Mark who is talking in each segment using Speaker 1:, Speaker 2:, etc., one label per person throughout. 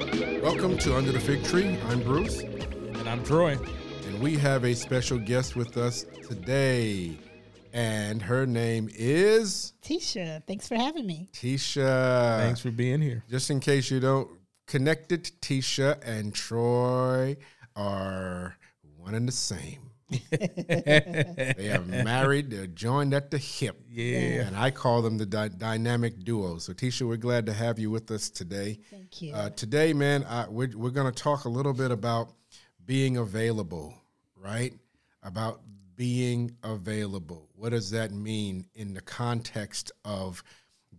Speaker 1: Welcome to Under the Fig Tree. I'm Bruce,
Speaker 2: And I'm Troy.
Speaker 1: and we have a special guest with us today. And her name is
Speaker 3: Tisha, thanks for having me.
Speaker 1: Tisha.
Speaker 2: Thanks for being here.
Speaker 1: Just in case you don't, connected Tisha and Troy are one and the same. they are married, they're joined at the hip.
Speaker 2: Yeah.
Speaker 1: And I call them the dy- dynamic duo. So, Tisha, we're glad to have you with us today.
Speaker 3: Thank you.
Speaker 1: Uh, today, man, I, we're, we're going to talk a little bit about being available, right? About being available. What does that mean in the context of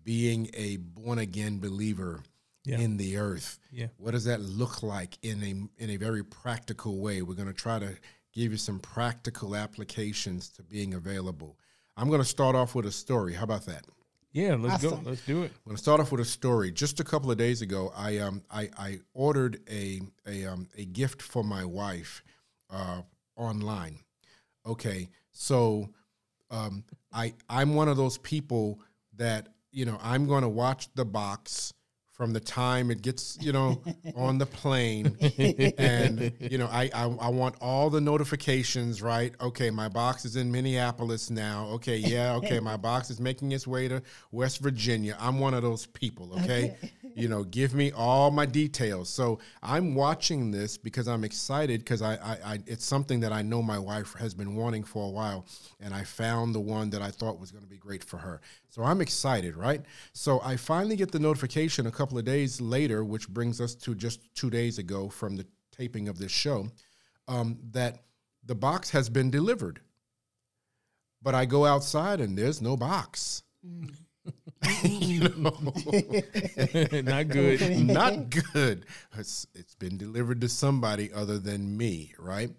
Speaker 1: being a born again believer
Speaker 2: Yeah.
Speaker 1: in the earth?
Speaker 2: Yeah.
Speaker 1: What does that look like in a in a very practical way? We're going to try to give you some practical applications to being available. I'm going to start off with a story. How about that?
Speaker 2: Yeah, let's
Speaker 3: Awesome.
Speaker 2: go. Let's do it.
Speaker 1: I'm gonna start off with a story. Just a couple of days ago, I um I, I ordered a a um a gift for my wife, uh, online. Okay, so, um, I I'm one of those people that you know I'm gonna watch the box from the time it gets you know on the plane, and you know I, I I want all the notifications right. Okay, my box is in Minneapolis now. Okay, yeah, okay, my box is making its way to West Virginia. I'm one of those people. Okay, you know, give me all my details. So I'm watching this because I'm excited because I, I I it's something that I know my wife has been wanting for a while, and I found the one that I thought was going to be great for her. So I'm excited, right? So I finally get the notification a couple of days later, which brings us to just two days ago from the taping of this show, um, that the box has been delivered. But I go outside and there's no box. you know,
Speaker 2: Not good.
Speaker 1: not good. It's, it's been delivered to somebody other than me, right?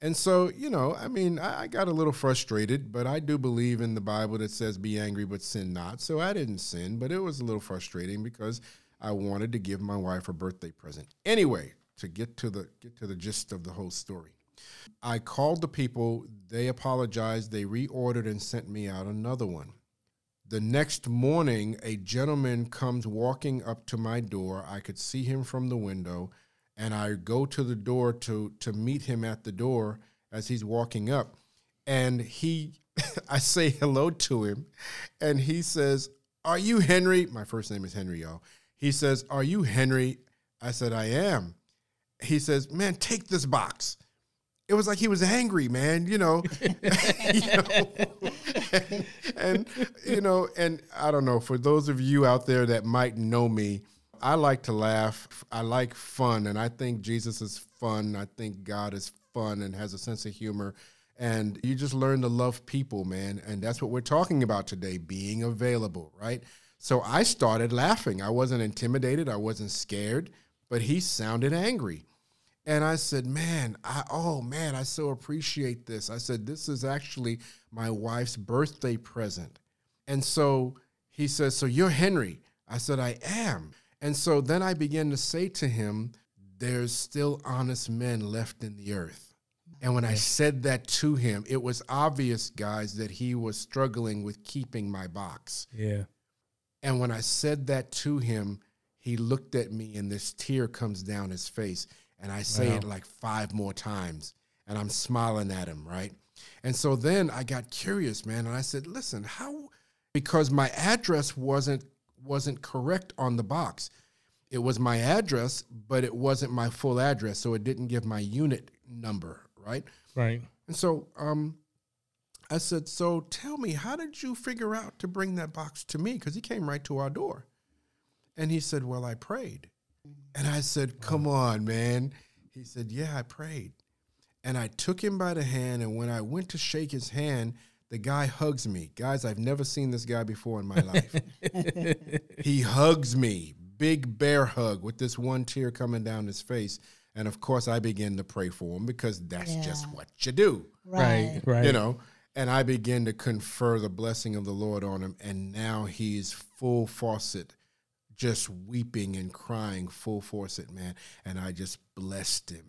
Speaker 1: And so, you know, I mean, I, I got a little frustrated, but I do believe in the Bible that says, be angry, but sin not. So I didn't sin, but it was a little frustrating because I wanted to give my wife a birthday present. Anyway, to get to the get to the gist of the whole story. I called the people, they apologized, they reordered and sent me out another one. The next morning, a gentleman comes walking up to my door. I could see him from the window, and I go to the door to to meet him at the door as he's walking up. And he I say hello to him, and he says, "Are you Henry?" My first name is Henry, y'all. He says, "Are you Henry?" I said, "I am." He says, "Man, take this box." It was like he was angry, man, you know. You know? and you know, and I don't know. For those of you out there that might know me, I like to laugh. I like fun, and I think Jesus is fun. I think God is fun and has a sense of humor. And you just learn to love people, man. And that's what we're talking about today: being available, right? So I started laughing. I wasn't intimidated. I wasn't scared. But he sounded angry. And I said, "Man, I oh man, I so appreciate this." I said, "This is actually my wife's birthday present." And so he says, "So you're Henry?" I said, "I am." And so then I began to say to him, "There's still honest men left in the earth." And when I said that to him, it was obvious, guys, that he was struggling with keeping my box.
Speaker 2: Yeah.
Speaker 1: And when I said that to him, he looked at me and this tear comes down his face. And I say it
Speaker 2: Wow.
Speaker 1: like five more times and I'm smiling at him, right? And so then I got curious, man, and I said, "Listen, how because my address wasn't wasn't correct on the box. It was my address, but it wasn't my full address, so it didn't give my unit number, right?
Speaker 2: Right.
Speaker 1: And so um, I said, So tell me, how did you figure out to bring that box to me? Because he came right to our door. And he said, Well, I prayed. And I said, Come on, man. He said, Yeah, I prayed. And I took him by the hand. And when I went to shake his hand, the guy hugs me. Guys, I've never seen this guy before in my life. he hugs me, big bear hug, with this one tear coming down his face. And of course, I begin to pray for him because that's just
Speaker 3: Yeah.
Speaker 1: what you do
Speaker 2: Right.
Speaker 3: Right.
Speaker 2: Right.
Speaker 1: you know and i begin to confer the blessing of the lord on him and now he is full faucet just weeping and crying full faucet man and i just blessed him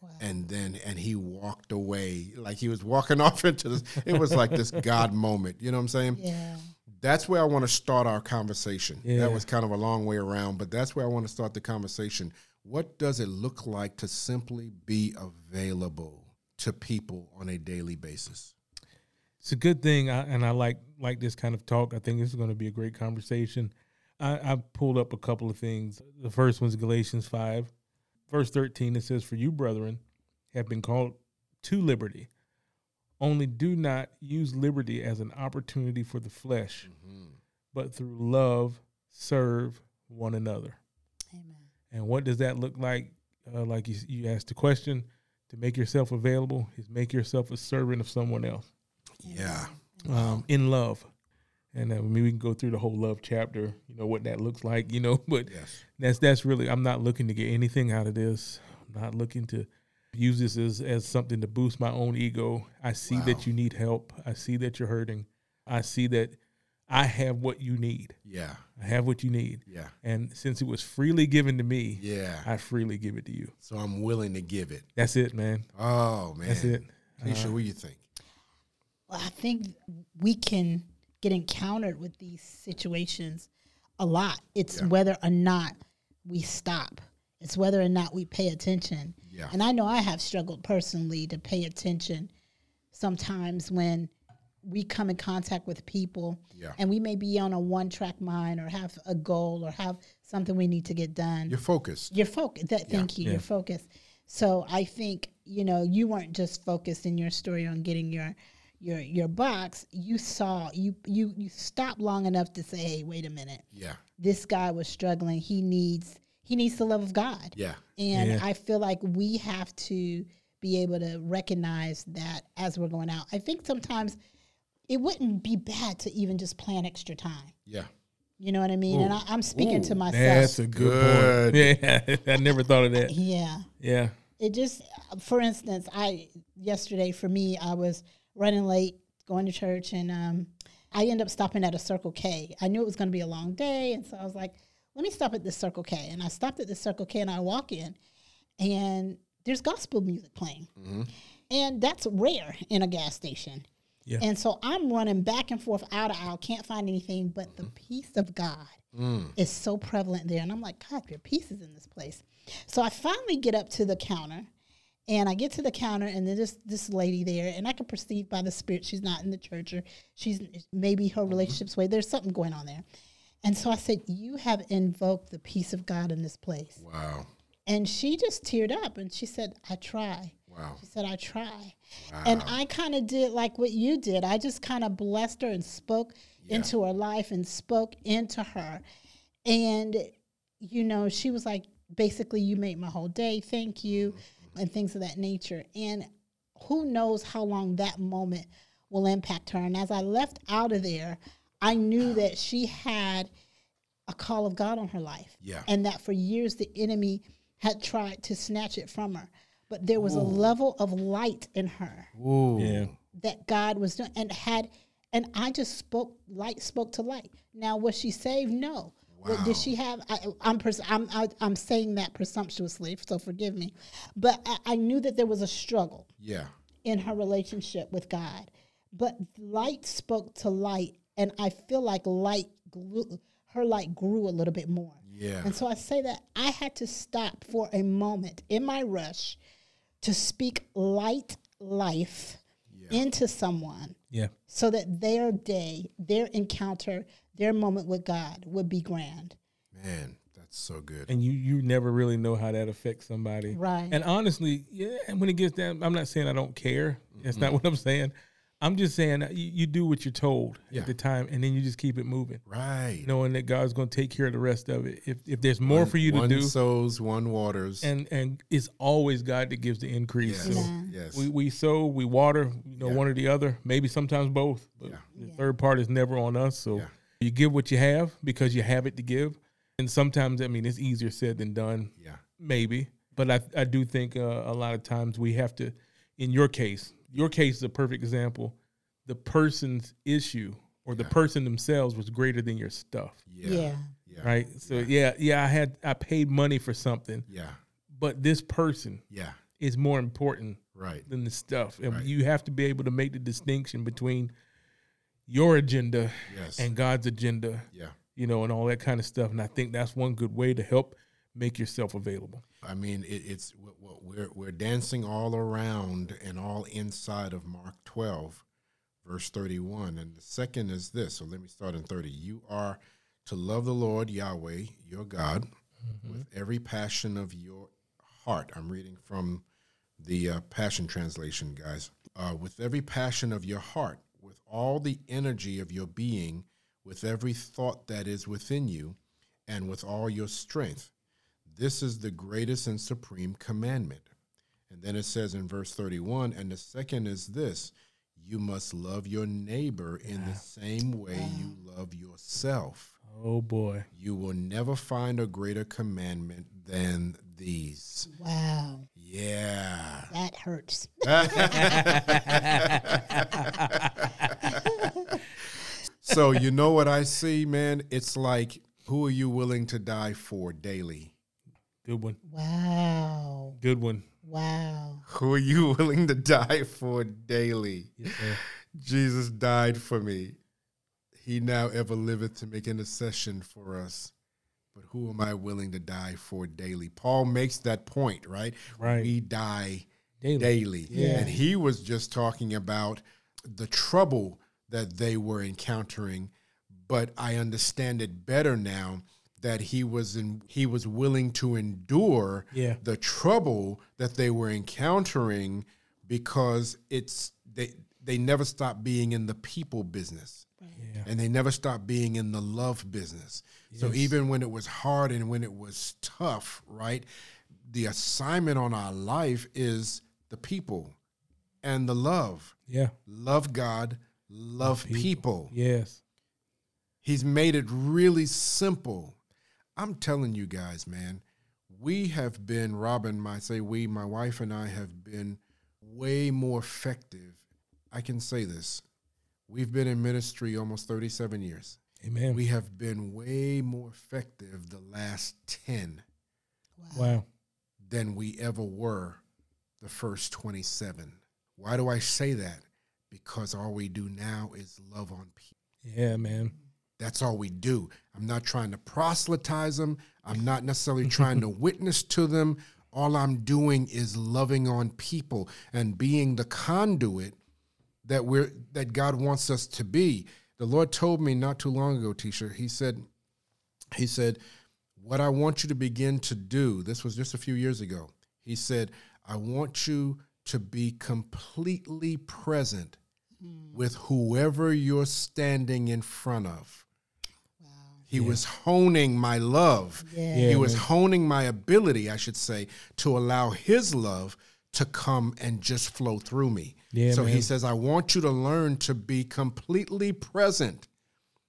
Speaker 3: Wow.
Speaker 1: and then and he walked away like he was walking off into this it was like this god moment you know what i'm saying
Speaker 3: Yeah.
Speaker 1: that's where I want to start our conversation.
Speaker 2: Yeah.
Speaker 1: That was kind of a long way around, but that's where I want to start the conversation. What does it look like to simply be available to people on a daily basis?
Speaker 2: It's a good thing, I, and I like like this kind of talk. I think this is going to be a great conversation. I, I pulled up a couple of things. The first one's Galatians five, verse thirteen. It says, "For you, brethren, have been called to liberty. Only do not use liberty as an opportunity for the flesh,
Speaker 1: Mm-hmm.
Speaker 2: but through love serve one another."
Speaker 3: Amen.
Speaker 2: And what does that look like? Uh, like you, you asked the question, to make yourself available is make yourself a servant of someone else
Speaker 1: Yeah.
Speaker 2: um, in love. And uh, maybe we can go through the whole love chapter, you know, what that looks like, you know, but
Speaker 1: Yes.
Speaker 2: that's that's really I'm not looking to get anything out of this. I'm not looking to use this as, as something to boost my own ego. I see
Speaker 1: Wow.
Speaker 2: that you need help. I see that you're hurting. I see that I have what you need.
Speaker 1: Yeah.
Speaker 2: I have what you need.
Speaker 1: Yeah.
Speaker 2: And since it was freely given to me,
Speaker 1: Yeah.
Speaker 2: I freely give it to you.
Speaker 1: So I'm willing to give it.
Speaker 2: That's it, man.
Speaker 1: Oh man.
Speaker 2: That's it. Uh-huh.
Speaker 1: Keisha, what do you think?
Speaker 3: Well, I think we can get encountered with these situations a lot. It's
Speaker 1: Yeah.
Speaker 3: whether or not we stop. It's whether or not we pay attention.
Speaker 1: Yeah.
Speaker 3: And I know I have struggled personally to pay attention sometimes when we come in contact with people
Speaker 1: Yeah.
Speaker 3: and we may be on a one track mind or have a goal or have something we need to get done.
Speaker 1: You're focused.
Speaker 3: Your focus. That, Thank you.
Speaker 2: Yeah.
Speaker 3: Your focus. So I think you know you weren't just focused in your story on getting your your your box. You saw you you you stopped long enough to say, hey, wait a minute.
Speaker 1: Yeah.
Speaker 3: This guy was struggling. He needs he needs the love of God.
Speaker 1: Yeah.
Speaker 3: And
Speaker 2: Yeah.
Speaker 3: I feel like we have to be able to recognize that as we're going out. I think sometimes it wouldn't be bad to even just plan extra time.
Speaker 1: Yeah.
Speaker 3: You know what I mean? and
Speaker 1: Ooh.
Speaker 3: I, I'm speaking
Speaker 1: Ooh.
Speaker 3: to myself.
Speaker 2: That's a good, point. Yeah. I never thought of that.
Speaker 3: yeah.
Speaker 2: Yeah.
Speaker 3: it just for instance i yesterday for me i was running late going to church and um, i ended up stopping at a circle k i knew it was going to be a long day and so i was like let me stop at this circle k and i stopped at the circle k and i walk in and there's gospel music playing and that's rare in a gas station
Speaker 2: Yeah.
Speaker 3: and so i'm running back and forth out of aisle can't find anything but the peace of god is so prevalent there. And I'm like, God, there are pieces in this place. So I finally get up to the counter and I get to the counter and then this this lady there and I can perceive by the spirit she's not in the church or she's maybe her relationship's way. There's something going on there. And so I said, You have invoked the peace of God in this place.
Speaker 1: Wow.
Speaker 3: And she just teared up and she said, I try.
Speaker 1: Wow.
Speaker 3: She said, I try. And I kind of did like what you did. I just kind of blessed her and spoke into her life and spoke into her. And, you know, she was like, basically, you made my whole day. Thank you. And things of that nature. And who knows how long that moment will impact her. And as I left out of there, I knew that she had a call of God on her life.
Speaker 1: Yeah.
Speaker 3: And that for years the enemy had tried to snatch it from her. But there was a level of light in her
Speaker 1: Ooh.
Speaker 2: Yeah.
Speaker 3: that God was doing and had and I just spoke light spoke to light. Now was she saved? No. What,
Speaker 1: Wow.
Speaker 3: did she have? I, I'm pres- I'm I, I'm saying that presumptuously, so forgive me. But I, I knew that there was a struggle
Speaker 1: Yeah.
Speaker 3: in her relationship with God. But light spoke to light, and I feel like light grew, her light grew a little bit more.
Speaker 1: Yeah.
Speaker 3: And so I say that I had to stop for a moment in my rush to speak light life into someone
Speaker 2: Yeah.
Speaker 3: so that their day, their encounter, their moment with God would be grand.
Speaker 1: Man, that's so good.
Speaker 2: and you you never really know how that affects somebody
Speaker 3: Right.
Speaker 2: and honestly yeah and when it gets down i'm not saying i don't care that's not what i'm saying i'm just saying that you, you do what you're told
Speaker 1: Yeah.
Speaker 2: at the time and then you just keep it moving
Speaker 1: Right.
Speaker 2: knowing that god's going to take care of the rest of it if, if there's more for you to
Speaker 1: one
Speaker 2: do
Speaker 1: sows, one waters.
Speaker 2: and and it's always god that gives the increase
Speaker 1: yes.
Speaker 2: so
Speaker 3: Yeah.
Speaker 1: Yes.
Speaker 2: we, we sow we water you know
Speaker 1: Yeah.
Speaker 2: one or the other maybe sometimes both but
Speaker 1: Yeah.
Speaker 2: the
Speaker 3: Yeah.
Speaker 2: third part is never on us so
Speaker 1: Yeah.
Speaker 2: you give what you have because you have it to give and sometimes i mean it's easier said than done
Speaker 1: yeah.
Speaker 2: maybe but i, I do think uh, a lot of times we have to in your case your case is a perfect example the person's issue or the person themselves was greater than your stuff
Speaker 1: Yeah.
Speaker 3: Yeah.
Speaker 1: Yeah.
Speaker 2: right so yeah yeah i had i paid money for something
Speaker 1: Yeah.
Speaker 2: but this person
Speaker 1: Yeah.
Speaker 2: is more important
Speaker 1: Right.
Speaker 2: than the stuff and
Speaker 1: Right.
Speaker 2: you have to be able to make the distinction between your agenda
Speaker 1: Yes.
Speaker 2: and god's agenda
Speaker 1: yeah.
Speaker 2: you know, and all that kind of stuff. And I think that's one good way to help make yourself available.
Speaker 1: I mean, it, it's we're we're dancing all around and all inside of Mark twelve, verse thirty one, and the second is this. So let me start in thirty. You are to love the Lord Yahweh your God mm-hmm. with every passion of your heart. I'm reading from the uh, Passion Translation, guys. Uh, with every passion of your heart, with all the energy of your being, with every thought that is within you, and with all your strength. This is the greatest and supreme commandment. And then it says in verse 31 and the second is this you must love your neighbor in yeah. the same way yeah. you love yourself.
Speaker 2: Oh boy.
Speaker 1: You will never find a greater commandment than these.
Speaker 3: Wow.
Speaker 1: Yeah.
Speaker 3: That hurts.
Speaker 1: so, you know what I see, man? It's like, who are you willing to die for daily?
Speaker 2: Good one.
Speaker 3: Wow.
Speaker 2: Good one.
Speaker 3: Wow.
Speaker 1: Who are you willing to die for daily? Yes, Jesus died for me. He now ever liveth to make intercession for us. But who am I willing to die for daily? Paul makes that point, right?
Speaker 2: Right.
Speaker 1: We die daily. daily. Yeah. And he was just talking about the trouble that they were encountering. But I understand it better now that he was in, he was willing to endure
Speaker 2: yeah.
Speaker 1: the trouble that they were encountering because it's they they never stop being in the people business
Speaker 2: yeah.
Speaker 1: and they never stop being in the love business yes. so even when it was hard and when it was tough right the assignment on our life is the people and the love
Speaker 2: yeah
Speaker 1: love god love, love people.
Speaker 2: people yes
Speaker 1: he's made it really simple I'm telling you guys, man, we have been, Robin, I say we, my wife and I have been way more effective. I can say this. We've been in ministry almost 37 years.
Speaker 2: Amen.
Speaker 1: We have been way more effective the last 10.
Speaker 2: Wow. wow.
Speaker 1: Than we ever were the first 27. Why do I say that? Because all we do now is love on people.
Speaker 2: Yeah, man.
Speaker 1: That's all we do. I'm not trying to proselytize them. I'm not necessarily trying to witness to them. All I'm doing is loving on people and being the conduit that we're that God wants us to be. The Lord told me not too long ago, Tisha. He said, He said, what I want you to begin to do. This was just a few years ago. He said, I want you to be completely present mm. with whoever you're standing in front of. He yeah. was honing my love.
Speaker 3: Yeah.
Speaker 1: he was honing my ability, I should say, to allow his love to come and just flow through me.
Speaker 2: Yeah,
Speaker 1: so
Speaker 2: man.
Speaker 1: he says, I want you to learn to be completely present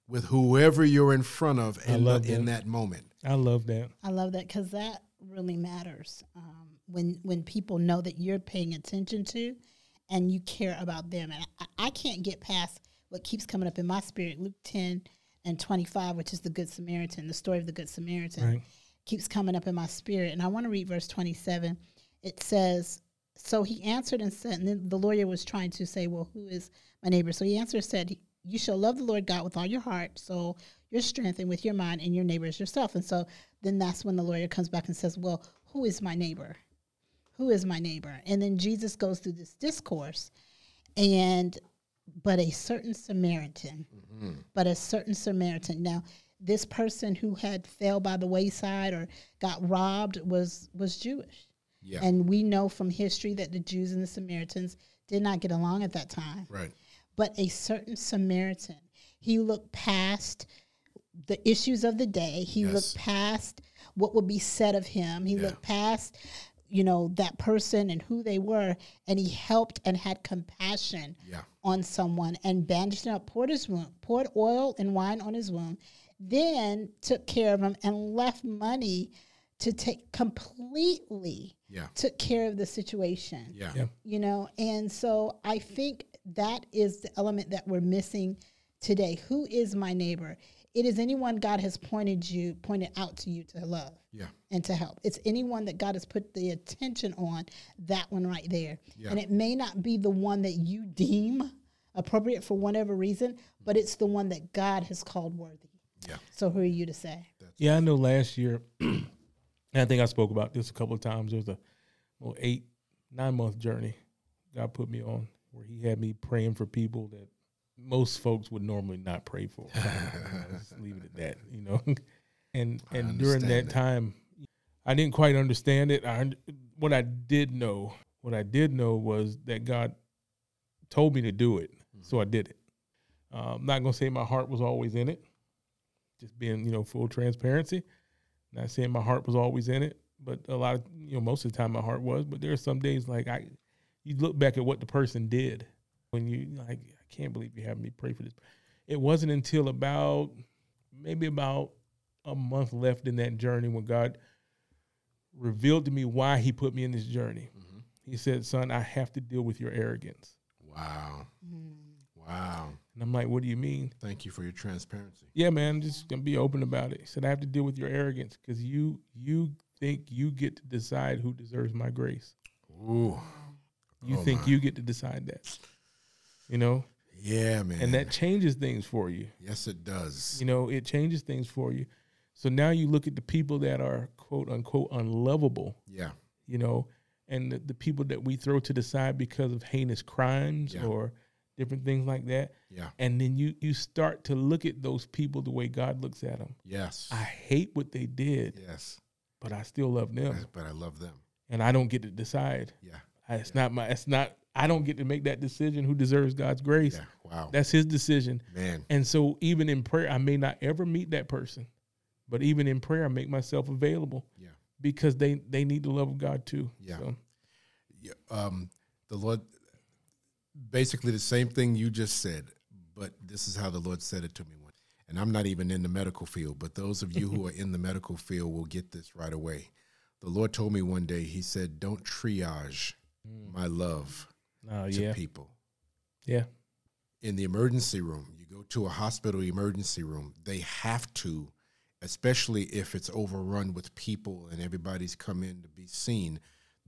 Speaker 1: with whoever you're in front of in, the, that. in that moment.
Speaker 2: I love that.
Speaker 3: I love that because that really matters um, when when people know that you're paying attention to and you care about them. And I, I can't get past what keeps coming up in my spirit, Luke 10 and 25, which is the Good Samaritan, the story of the Good Samaritan,
Speaker 2: right.
Speaker 3: keeps coming up in my spirit. And I want to read verse 27. It says, So he answered and said, and then the lawyer was trying to say, Well, who is my neighbor? So he answered and said, You shall love the Lord God with all your heart, soul, your strength, and with your mind, and your neighbor is yourself. And so then that's when the lawyer comes back and says, Well, who is my neighbor? Who is my neighbor? And then Jesus goes through this discourse and but a certain Samaritan, mm-hmm. but a certain Samaritan. Now, this person who had fell by the wayside or got robbed was was Jewish,
Speaker 1: yeah.
Speaker 3: and we know from history that the Jews and the Samaritans did not get along at that time.
Speaker 1: Right.
Speaker 3: But a certain Samaritan, he looked past the issues of the day. He yes. looked past what would be said of him. He yeah. looked past you know that person and who they were and he helped and had compassion
Speaker 1: yeah.
Speaker 3: on someone and bandaged up poured his wound poured oil and wine on his wound then took care of him and left money to take completely
Speaker 1: yeah.
Speaker 3: took care of the situation
Speaker 1: yeah.
Speaker 2: yeah
Speaker 3: you know and so i think that is the element that we're missing today who is my neighbor it is anyone god has pointed you pointed out to you to love
Speaker 1: yeah
Speaker 3: and to help. It's anyone that God has put the attention on, that one right there.
Speaker 1: Yeah.
Speaker 3: And it may not be the one that you deem appropriate for whatever reason, but it's the one that God has called worthy.
Speaker 1: Yeah.
Speaker 3: So who are you to say?
Speaker 2: yeah, I know last year And I think I spoke about this a couple of times. There's a well, eight, nine month journey God put me on where He had me praying for people that most folks would normally not pray for. Just leave it at that, you know. and
Speaker 1: I
Speaker 2: and during that
Speaker 1: understand that.
Speaker 2: time, I didn't quite understand it. I und- what I did know, what I did know was that God told me to do it,
Speaker 1: Mm-hmm.
Speaker 2: so I did it. Uh, I'm not gonna say my heart was always in it. Just being, you know, full transparency. Not saying my heart was always in it, but a lot of you know, most of the time my heart was. But there are some days like I, you look back at what the person did when you like, I can't believe you have me pray for this. It wasn't until about maybe about a month left in that journey when God revealed to me why He put me in this journey.
Speaker 1: Mhm.
Speaker 2: He said, "Son, I have to deal with your arrogance."
Speaker 1: Wow.
Speaker 3: Mm.
Speaker 1: Wow.
Speaker 2: And I'm like, "What do you mean?"
Speaker 1: Thank you for your transparency.
Speaker 2: Yeah, man, I'm just gonna be open about it. He said I have to deal with your arrogance because you you think you get to decide who deserves my grace.
Speaker 1: Ooh.
Speaker 2: You
Speaker 1: Oh,
Speaker 2: think
Speaker 1: my.
Speaker 2: you get to decide that. You know,
Speaker 1: Yeah, man.
Speaker 2: and that changes things for you.
Speaker 1: Yes, it does.
Speaker 2: You know, it changes things for you. So now you look at the people that are quote unquote unlovable.
Speaker 1: Yeah.
Speaker 2: You know, and the, the people that we throw to the side because of heinous crimes
Speaker 1: Yeah.
Speaker 2: or different things like that.
Speaker 1: Yeah.
Speaker 2: And then you you start to look at those people the way God looks at them.
Speaker 1: Yes.
Speaker 2: I hate what they did.
Speaker 1: yes.
Speaker 2: but I still love them,
Speaker 1: Yes, But I love them.
Speaker 2: and I don't get to decide.
Speaker 1: Yeah.
Speaker 2: I- It's not my. It's not. I don't get to make that decision. Who deserves God's grace?
Speaker 1: Yeah. Wow.
Speaker 2: That's His decision.
Speaker 1: man.
Speaker 2: And so, even in prayer, I may not ever meet that person, but even in prayer, I make myself available.
Speaker 1: Yeah.
Speaker 2: Because they they need the love of God too.
Speaker 1: Yeah.
Speaker 2: So,
Speaker 1: Yeah, Um, the Lord, basically the same thing you just said, but this is how the Lord said it to me. When, and I'm not even in the medical field, but those of you who are in the medical field will get this right away. The Lord told me one day, He said, Don't triage my love
Speaker 2: Mm. oh,
Speaker 1: to
Speaker 2: yeah.
Speaker 1: people.
Speaker 2: Yeah.
Speaker 1: in the emergency room, you go to a hospital emergency room, they have to, especially if it's overrun with people and everybody's come in to be seen,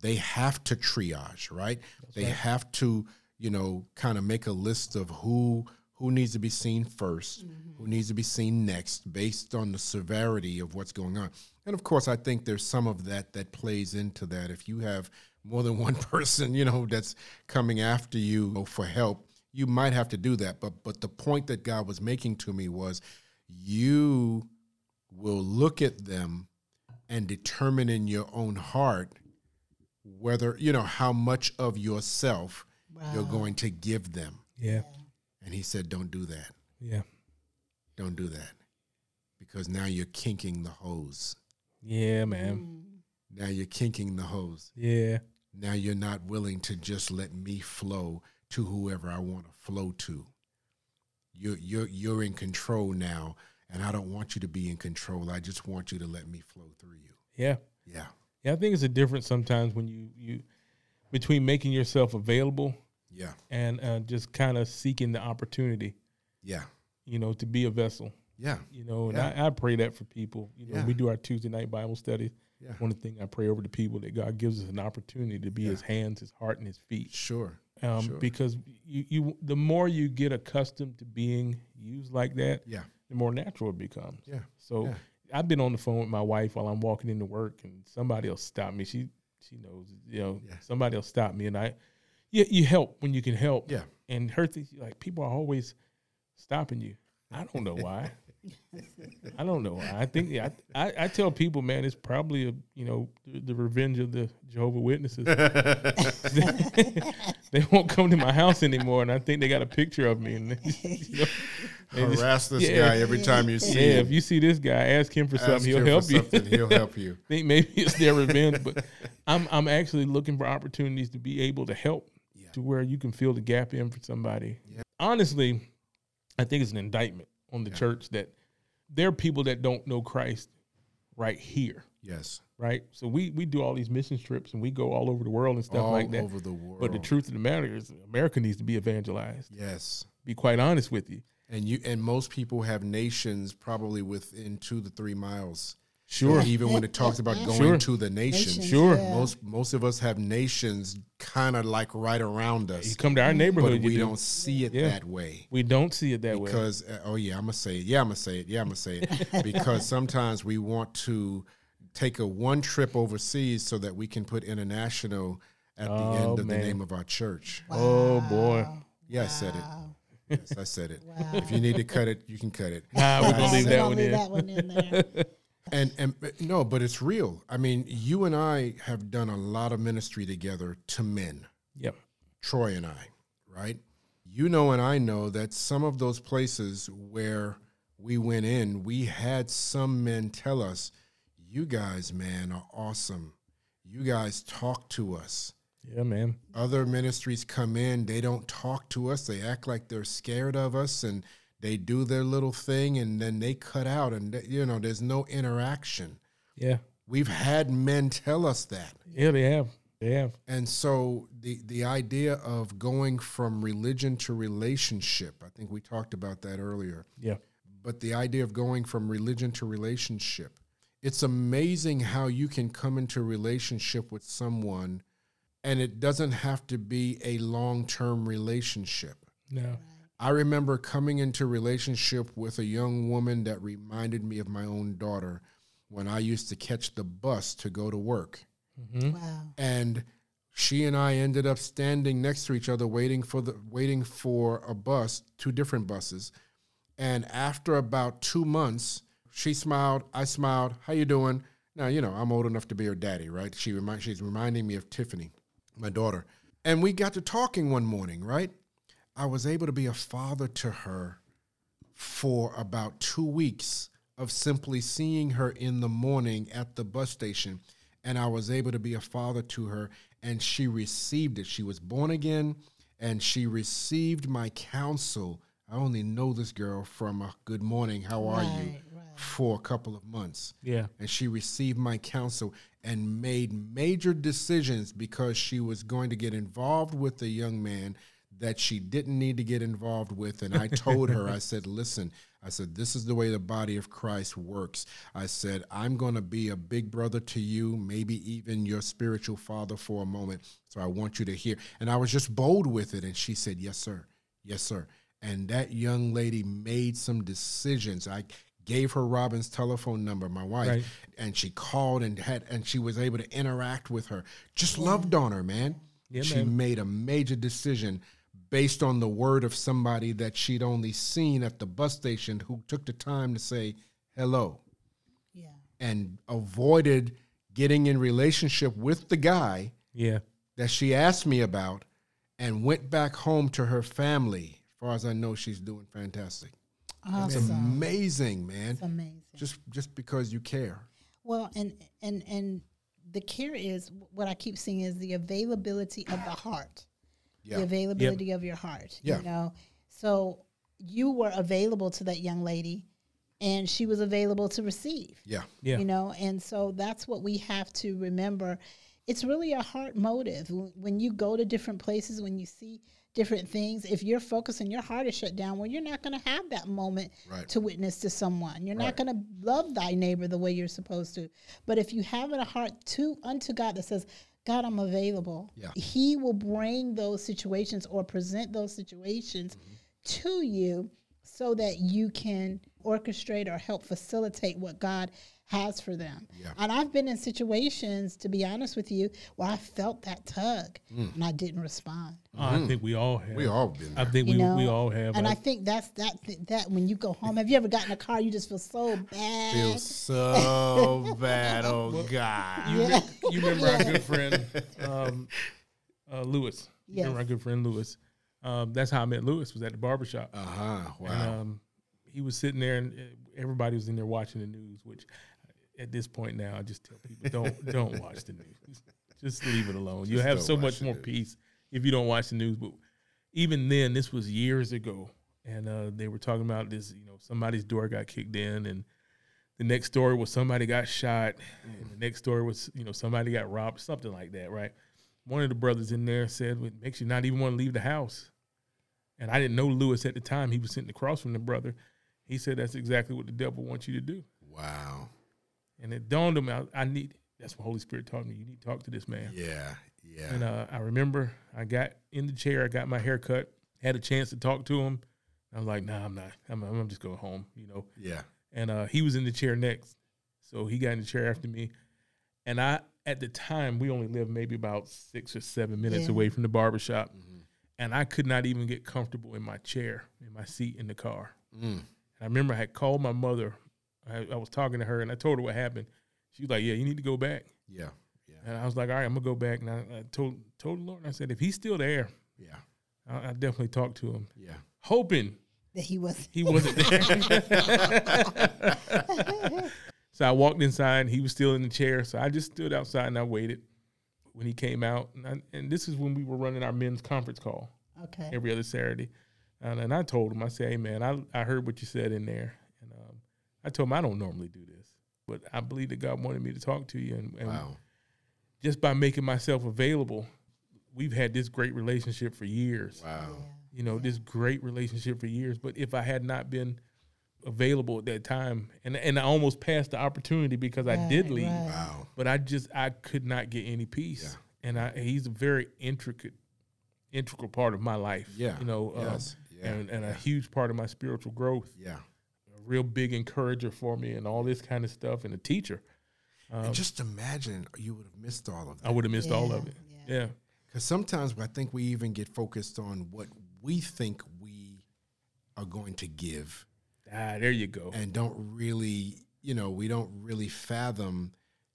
Speaker 1: they have to triage, right? they
Speaker 2: right.
Speaker 1: have to, you know, kind of make a list of who who needs to be seen 1st who needs to be seen next based on the severity of what's going on. And of course, I think there's some of that that plays into that. If you have more than one person, you know, that's coming after you for help, you might have to do that. But but the point that God was making to me was you will look at them and determine in your own heart whether, you know, how much of yourself you're
Speaker 3: Wow.
Speaker 1: going to give them.
Speaker 2: Yeah.
Speaker 1: And he said, Don't do that.
Speaker 2: Yeah.
Speaker 1: Don't do that. Because now you're kinking the hose.
Speaker 2: Yeah, man.
Speaker 3: Mm.
Speaker 1: Now you're kinking the hose.
Speaker 2: Yeah.
Speaker 1: Now you're not willing to just let me flow to whoever I want to flow to. You're, you're, you're in control now, and I don't want you to be in control. I just want you to let me flow through you.
Speaker 2: Yeah.
Speaker 1: Yeah.
Speaker 2: Yeah. I think it's a difference sometimes when you you between making yourself available
Speaker 1: Yeah.
Speaker 2: and uh, just kind of seeking the opportunity.
Speaker 1: Yeah.
Speaker 2: you know, to be a vessel,
Speaker 1: Yeah.
Speaker 2: you know, and
Speaker 1: Yeah.
Speaker 2: I, I pray that for people. You know,
Speaker 1: Yeah.
Speaker 2: we do our Tuesday night Bible study.
Speaker 1: Yeah.
Speaker 2: One of the things I pray over the people that God gives us an opportunity to be
Speaker 1: Yeah.
Speaker 2: his hands, his heart, and his feet.
Speaker 1: Sure.
Speaker 2: Um,
Speaker 1: Sure.
Speaker 2: Because you, you, the more you get accustomed to being used like that,
Speaker 1: Yeah.
Speaker 2: the more natural it becomes.
Speaker 1: Yeah.
Speaker 2: So
Speaker 1: Yeah.
Speaker 2: I've been on the phone with my wife while I'm walking into work, and somebody will stop me. She, she knows, you know,
Speaker 1: Yeah.
Speaker 2: somebody will stop me, and I, yeah, you help when you can help.
Speaker 1: Yeah.
Speaker 2: And her thing, she's like people are always stopping you. I don't know why. I don't know. why. I think I, I I tell people, man, it's probably a you know the, the revenge of the Jehovah Witnesses. they won't come to my house anymore, and I think they got a picture of me. And they, you know, they just-
Speaker 1: Harass this
Speaker 2: yeah.
Speaker 1: guy every time you see
Speaker 2: yeah,
Speaker 1: him.
Speaker 2: if you see this guy, ask him for
Speaker 1: Ask
Speaker 2: something. He'll
Speaker 1: him for
Speaker 2: help you.
Speaker 1: something, He'll help you.
Speaker 2: think maybe it's their revenge, but I'm I'm actually looking for opportunities to be able to help
Speaker 1: Yeah.
Speaker 2: to where you can fill the gap in for somebody.
Speaker 1: Yeah.
Speaker 2: Honestly, I think it's an indictment on the
Speaker 1: Yeah.
Speaker 2: church that there are people that don't know Christ right here,
Speaker 1: Yes.
Speaker 2: right? So we we do all these mission trips and we go all over the world and stuff
Speaker 1: All
Speaker 2: like that.
Speaker 1: over the world.
Speaker 2: but the truth of the matter is, America needs to be evangelized.
Speaker 1: Yes.
Speaker 2: Be quite honest with you.
Speaker 1: And you and most people have nations probably within two to three miles.
Speaker 2: Sure.
Speaker 1: Even when it talks about going
Speaker 2: Sure.
Speaker 1: to the nation.
Speaker 3: Nations,
Speaker 2: Sure.
Speaker 3: yeah.
Speaker 1: Most most of us have nations kind of like right around
Speaker 2: You
Speaker 1: us.
Speaker 2: come to our neighborhood,
Speaker 1: But
Speaker 2: you
Speaker 1: we
Speaker 2: do.
Speaker 1: do. not see it
Speaker 2: Yeah.
Speaker 1: that way.
Speaker 2: We don't see it that way.
Speaker 1: Because uh, oh yeah, I'm gonna say it. Yeah, I'm gonna say it. Yeah, I'm gonna say it. because sometimes we want to take a one trip overseas so that we can put international at
Speaker 2: Oh,
Speaker 1: the end of
Speaker 2: man.
Speaker 1: the name of our church.
Speaker 2: Oh, boy.
Speaker 3: Wow.
Speaker 1: Yeah, I said it.
Speaker 3: Wow.
Speaker 1: Yes, I said it.
Speaker 3: Wow.
Speaker 1: If you need to cut it, you can cut it.
Speaker 2: Nah, we're
Speaker 1: I
Speaker 2: gonna
Speaker 1: said
Speaker 2: leave
Speaker 1: it.
Speaker 3: We're
Speaker 2: that
Speaker 3: gonna
Speaker 2: one
Speaker 3: leave
Speaker 2: in.
Speaker 3: that one in there.
Speaker 1: and and but no, but it's real. I mean, you and I have done a lot of ministry together to men,
Speaker 2: Yep.
Speaker 1: Troy and I, right? You know, and I know that some of those places where we went in, we had some men tell us, "You guys, man, are awesome. You guys talk to us."
Speaker 2: Yeah, man.
Speaker 1: other ministries come in, they don't talk to us. They act like they're scared of us and they do their little thing and then they cut out and th- you know, there's no interaction.
Speaker 2: Yeah.
Speaker 1: We've had men tell us that.
Speaker 2: Yeah, they have. They have.
Speaker 1: And so the the idea of going from religion to relationship, I think we talked about that earlier.
Speaker 2: Yeah.
Speaker 1: But the idea of going from religion to relationship, it's amazing how you can come into a relationship with someone and it doesn't have to be a long-term relationship.
Speaker 2: No.
Speaker 1: I remember coming into relationship with a young woman that reminded me of my own daughter when I used to catch the bus to go to work
Speaker 2: hmm
Speaker 3: Wow.
Speaker 1: and she and I ended up standing next to each other waiting for the waiting for a bus, two different buses. And after about 2 months, she smiled, I smiled, "How you doing?" Now, you know, I'm old enough to be her daddy, right? She remind, she's reminding me of Tiffany, my daughter. And we got to talking one morning, right? I was able to be a father to her for about two weeks of simply seeing her in the morning at the bus station. And I was able to be a father to her, and she received it. She was born again, and she received my counsel. I only know this girl from a good morning, how are you,
Speaker 3: Right, right.
Speaker 1: for a couple of months
Speaker 2: Yeah.
Speaker 1: and she received my counsel and made major decisions because she was going to get involved with a young man that she didn't need to get involved with and I told her I said listen I said this is the way the body of Christ works I said I'm going to be a big brother to you maybe even your spiritual father for a moment so I want you to hear and I was just bold with it and she said yes sir yes sir and that young lady made some decisions I gave her Robin's telephone number my wife
Speaker 2: Right.
Speaker 1: and she called and had and she was able to interact with her just loved on her man
Speaker 2: Yeah,
Speaker 1: she
Speaker 2: man.
Speaker 1: made a major decision based on the word of somebody that she'd only seen at the bus station who took the time to say hello
Speaker 3: Yeah.
Speaker 1: and avoided getting in relationship with the guy
Speaker 2: Yeah.
Speaker 1: that she asked me about and went back home to her family as far as i know she's doing fantastic
Speaker 3: Awesome.
Speaker 1: amazing man
Speaker 3: It's amazing.
Speaker 1: just just because you care
Speaker 3: Well, and and and the care is what I keep seeing is the availability of the heart,
Speaker 1: yeah
Speaker 3: the availability of your heart.
Speaker 1: Yeah.
Speaker 3: You know, so you were available to that young lady, and she was available to receive.
Speaker 1: yeah
Speaker 2: Yeah.
Speaker 3: You know, and so that's what we have to remember. It's really a heart motive. When when you go to different places, when you see different things, if you're focused and your heart is shut down, well, you're not going to have that moment
Speaker 1: Right.
Speaker 3: to witness to someone. You're
Speaker 1: Right.
Speaker 3: not going to love thy neighbor the way you're supposed to. But if you have a heart to unto God that says, God, I'm available,
Speaker 1: Yeah.
Speaker 3: He will bring those situations or present those situations
Speaker 1: Mm-hmm.
Speaker 3: to you so that you can orchestrate or help facilitate what God has for them.
Speaker 1: Yeah.
Speaker 3: And I've been in situations, to be honest with you, where I felt that tug
Speaker 1: Mm.
Speaker 3: and I didn't respond.
Speaker 2: Oh, I think we all have.
Speaker 1: we all been there.
Speaker 2: I think
Speaker 3: You
Speaker 2: we,
Speaker 3: know?
Speaker 2: we all have.
Speaker 3: And I
Speaker 2: I-
Speaker 3: think that's that that when you go home, have you ever gotten in a car you just feel so bad?
Speaker 1: feel so bad. Oh God.
Speaker 3: yeah.
Speaker 2: you remember our good friend um, uh, Lewis. You Remember our
Speaker 3: Yes.
Speaker 2: good friend Lewis. Um, that's how I met Lewis. Was at the barbershop.
Speaker 1: Uh huh.
Speaker 2: And,
Speaker 1: Wow.
Speaker 2: um, he was sitting there, and uh, everybody was in there watching the news. Which, at this point now, I just tell people don't don't watch the news. Just leave it alone. you
Speaker 1: Just
Speaker 2: have
Speaker 1: don't
Speaker 2: so
Speaker 1: watch
Speaker 2: much
Speaker 1: the
Speaker 2: more
Speaker 1: news.
Speaker 2: peace if you don't watch the news. But even then, this was years ago, and uh, they were talking about this. You know, somebody's door got kicked in, and the next story was somebody got shot, and the next story was you know somebody got robbed, something like that, right? One of the brothers in there said, "It makes you not even want to leave the house." And I didn't know Lewis at the time. He was sitting across from the brother. He said, "That's exactly what the devil wants you to do."
Speaker 1: wow.
Speaker 2: And it dawned on me, I, I need. That's what Holy Spirit taught me. You need to talk to this man.
Speaker 1: Yeah. Yeah.
Speaker 2: And uh, I remember I got in the chair, I got my hair cut, had a chance to talk to him. I was like, nah, I'm not. I'm, I'm just going home, you know.
Speaker 1: yeah.
Speaker 2: And uh, he was in the chair next. So he got in the chair after me. And I, at the time, we only lived maybe about six or seven minutes
Speaker 3: Yeah.
Speaker 2: away from the barbershop. And I could not even get comfortable in my chair, in my seat in the car.
Speaker 1: Mm.
Speaker 2: And I remember I had called my mother. I, I was talking to her and I told her what happened. She was like, Yeah, you need to go back.
Speaker 1: Yeah. Yeah.
Speaker 2: And I was like, All right, I'm going to go back. And I, I told, told the Lord, and I said, If he's still there,
Speaker 1: Yeah.
Speaker 2: I, I definitely talk to him,
Speaker 1: Yeah.
Speaker 2: hoping
Speaker 3: that he was
Speaker 2: he wasn't there. so I walked inside. and He was still in the chair. So I just stood outside and I waited. When he came out, and, I, and this is when we were running our men's conference call
Speaker 3: okay.
Speaker 2: every other Saturday, and, and I told him, I said, "Hey man, I, I heard what you said in there, and um, I told him I don't normally do this, but I believe that God wanted me to talk to you, and, and
Speaker 1: Wow.
Speaker 2: just by making myself available, we've had this great relationship for years
Speaker 1: Wow.
Speaker 2: you know, this great relationship for years. But if I had not been available at that time, and and I almost passed the opportunity because I did
Speaker 3: Right,
Speaker 2: leave,
Speaker 3: right.
Speaker 1: Wow.
Speaker 2: but I just I could not get any peace. And I he's a very intricate, integral part of my life.
Speaker 1: Yeah.
Speaker 2: you know, um,
Speaker 1: Yes. Yeah.
Speaker 2: and and a huge part of my spiritual growth.
Speaker 1: Yeah.
Speaker 2: A real big encourager for me, and all this kind of stuff, and a teacher. Um,
Speaker 1: and just imagine you would have missed all of
Speaker 2: I
Speaker 1: that.
Speaker 2: would have missed all of
Speaker 3: Yeah,
Speaker 2: it. Yeah.
Speaker 1: Because sometimes I think we even get focused on what we think we are going to give
Speaker 2: Ah, there you go.
Speaker 1: and don't really, you know, we don't really fathom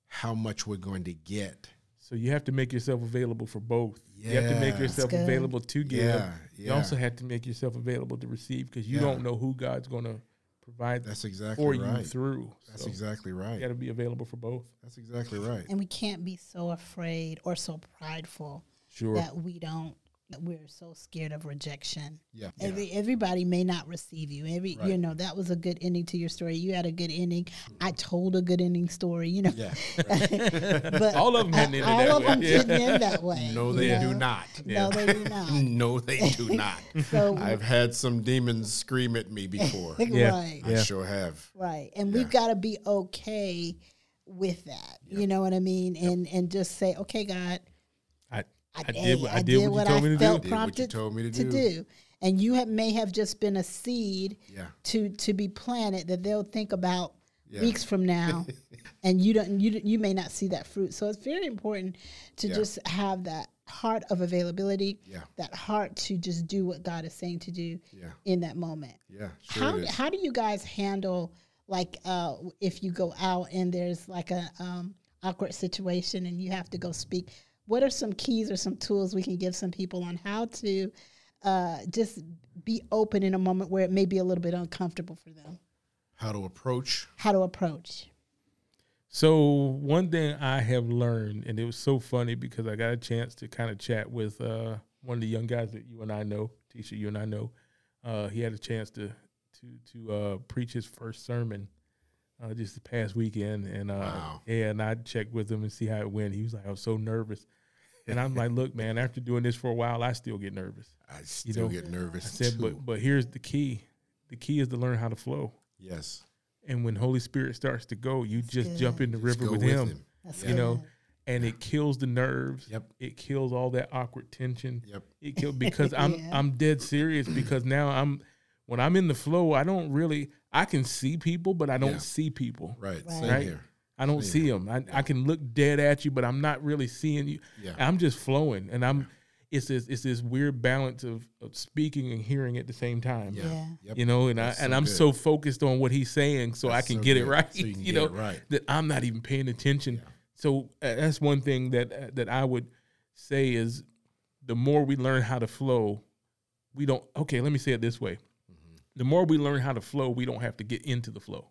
Speaker 1: how much we're going to get.
Speaker 2: So you have to make yourself available for both. You have to make
Speaker 1: Yeah.
Speaker 2: yourself
Speaker 3: That's good.
Speaker 2: available to give.
Speaker 1: Yeah.
Speaker 2: You
Speaker 1: Yeah.
Speaker 2: also have to make yourself available to receive because you
Speaker 1: Yeah.
Speaker 2: don't know who God's going to provide
Speaker 1: That's exactly
Speaker 2: for you
Speaker 1: right.
Speaker 2: through.
Speaker 1: That's
Speaker 2: So
Speaker 1: exactly
Speaker 2: You
Speaker 1: right.
Speaker 2: got to be available for both.
Speaker 1: That's exactly right.
Speaker 3: And we can't be so afraid or so prideful
Speaker 2: Sure.
Speaker 3: that we don't that we're so scared of rejection.
Speaker 1: Yeah.
Speaker 3: Every, everybody may not receive you. Every you
Speaker 1: Right.
Speaker 3: know that was a good ending to your story. You had a good ending. I told a good ending story. You know,
Speaker 1: Yeah.
Speaker 3: but
Speaker 2: all of them
Speaker 3: uh,
Speaker 2: had ended that
Speaker 3: all of
Speaker 2: way.
Speaker 3: them
Speaker 2: Yeah.
Speaker 3: didn't end that way.
Speaker 1: No,
Speaker 3: you
Speaker 1: they do
Speaker 3: know?
Speaker 1: not.
Speaker 2: Yeah.
Speaker 3: No, they do not.
Speaker 1: No, they do not.
Speaker 3: So
Speaker 1: I've had some demons scream at me before.
Speaker 2: Yeah.
Speaker 3: right,
Speaker 1: I sure have.
Speaker 3: right, and we've got to be okay with that. You know what I mean? And and just say, okay, God,
Speaker 2: I,
Speaker 3: I,
Speaker 2: I did,
Speaker 3: hey,
Speaker 2: what- I did what you told
Speaker 3: I
Speaker 2: me to do.
Speaker 3: felt
Speaker 1: Did what you
Speaker 3: prompted
Speaker 1: told me to do.
Speaker 3: And you have, may have just been a seed
Speaker 1: Yeah.
Speaker 3: to to be planted that they'll think about
Speaker 1: Yeah.
Speaker 3: weeks from now, and you don't you don't- you may not see that fruit. So it's very important to
Speaker 1: Yeah.
Speaker 3: just have that heart of availability,
Speaker 1: Yeah.
Speaker 3: that heart to just do what God is saying to do
Speaker 1: Yeah.
Speaker 3: in that moment.
Speaker 1: Yeah. Sure
Speaker 3: How
Speaker 1: it
Speaker 3: d-
Speaker 1: is.
Speaker 3: how do you guys handle like uh, w- if you go out and there's like a um, awkward situation and you have to go speak? What are some keys or some tools we can give some people on how to uh, just be open in a moment where it may be a little bit uncomfortable for them?
Speaker 1: How to approach.
Speaker 3: How to approach?
Speaker 2: So one thing I have learned, and it was so funny because I got a chance to kind of chat with uh, one of the young guys that you and I know, Tisha, you and I know. Uh, he had a chance to to to uh, preach his first sermon uh, just the past weekend, and uh,
Speaker 1: Wow.
Speaker 2: yeah, and I checked with him and see how it went. He was like, "I was so nervous," and I'm like, "Look, man, after doing this for a while, I still get nervous."
Speaker 1: I still
Speaker 2: know,
Speaker 1: get nervous.
Speaker 2: I said,
Speaker 1: too.
Speaker 2: "But but here's the key: the key is to learn how to flow."
Speaker 1: yes.
Speaker 2: And when Holy Spirit starts to go, you just
Speaker 3: good.
Speaker 2: jump in the
Speaker 1: Just
Speaker 2: river
Speaker 1: go
Speaker 2: with him
Speaker 3: That's
Speaker 2: you know
Speaker 3: good.
Speaker 2: and it kills the nerves
Speaker 1: Yep.
Speaker 2: it kills all that awkward tension
Speaker 1: Yep.
Speaker 2: it kills because i'm
Speaker 3: Yeah.
Speaker 2: i'm dead serious because now i'm when i'm in the flow i don't really i can see people but i don't
Speaker 1: Yeah.
Speaker 2: see people
Speaker 1: Right.
Speaker 3: Right.
Speaker 1: Same
Speaker 2: Right.
Speaker 1: here.
Speaker 2: i don't see them I, I can look dead at you but i'm not really seeing you
Speaker 1: Yeah.
Speaker 2: i'm just flowing and i'm it's this it's this weird balance of, of speaking and hearing at the same time
Speaker 1: Yeah.
Speaker 3: Yeah.
Speaker 1: Yep.
Speaker 2: you know and
Speaker 1: That's
Speaker 2: i
Speaker 1: so
Speaker 2: and i'm
Speaker 1: good.
Speaker 2: so focused on what he's saying so i
Speaker 1: That's
Speaker 2: can
Speaker 1: so
Speaker 2: get it
Speaker 1: good.
Speaker 2: right
Speaker 1: So you
Speaker 2: you,
Speaker 1: can get
Speaker 2: know
Speaker 1: it right.
Speaker 2: that i'm not even paying attention so uh, that's one thing that uh, that i would say is the more we learn how to flow we don't okay let me say it this way
Speaker 1: Mm-hmm.
Speaker 2: the more we learn how to flow we don't have to get into the flow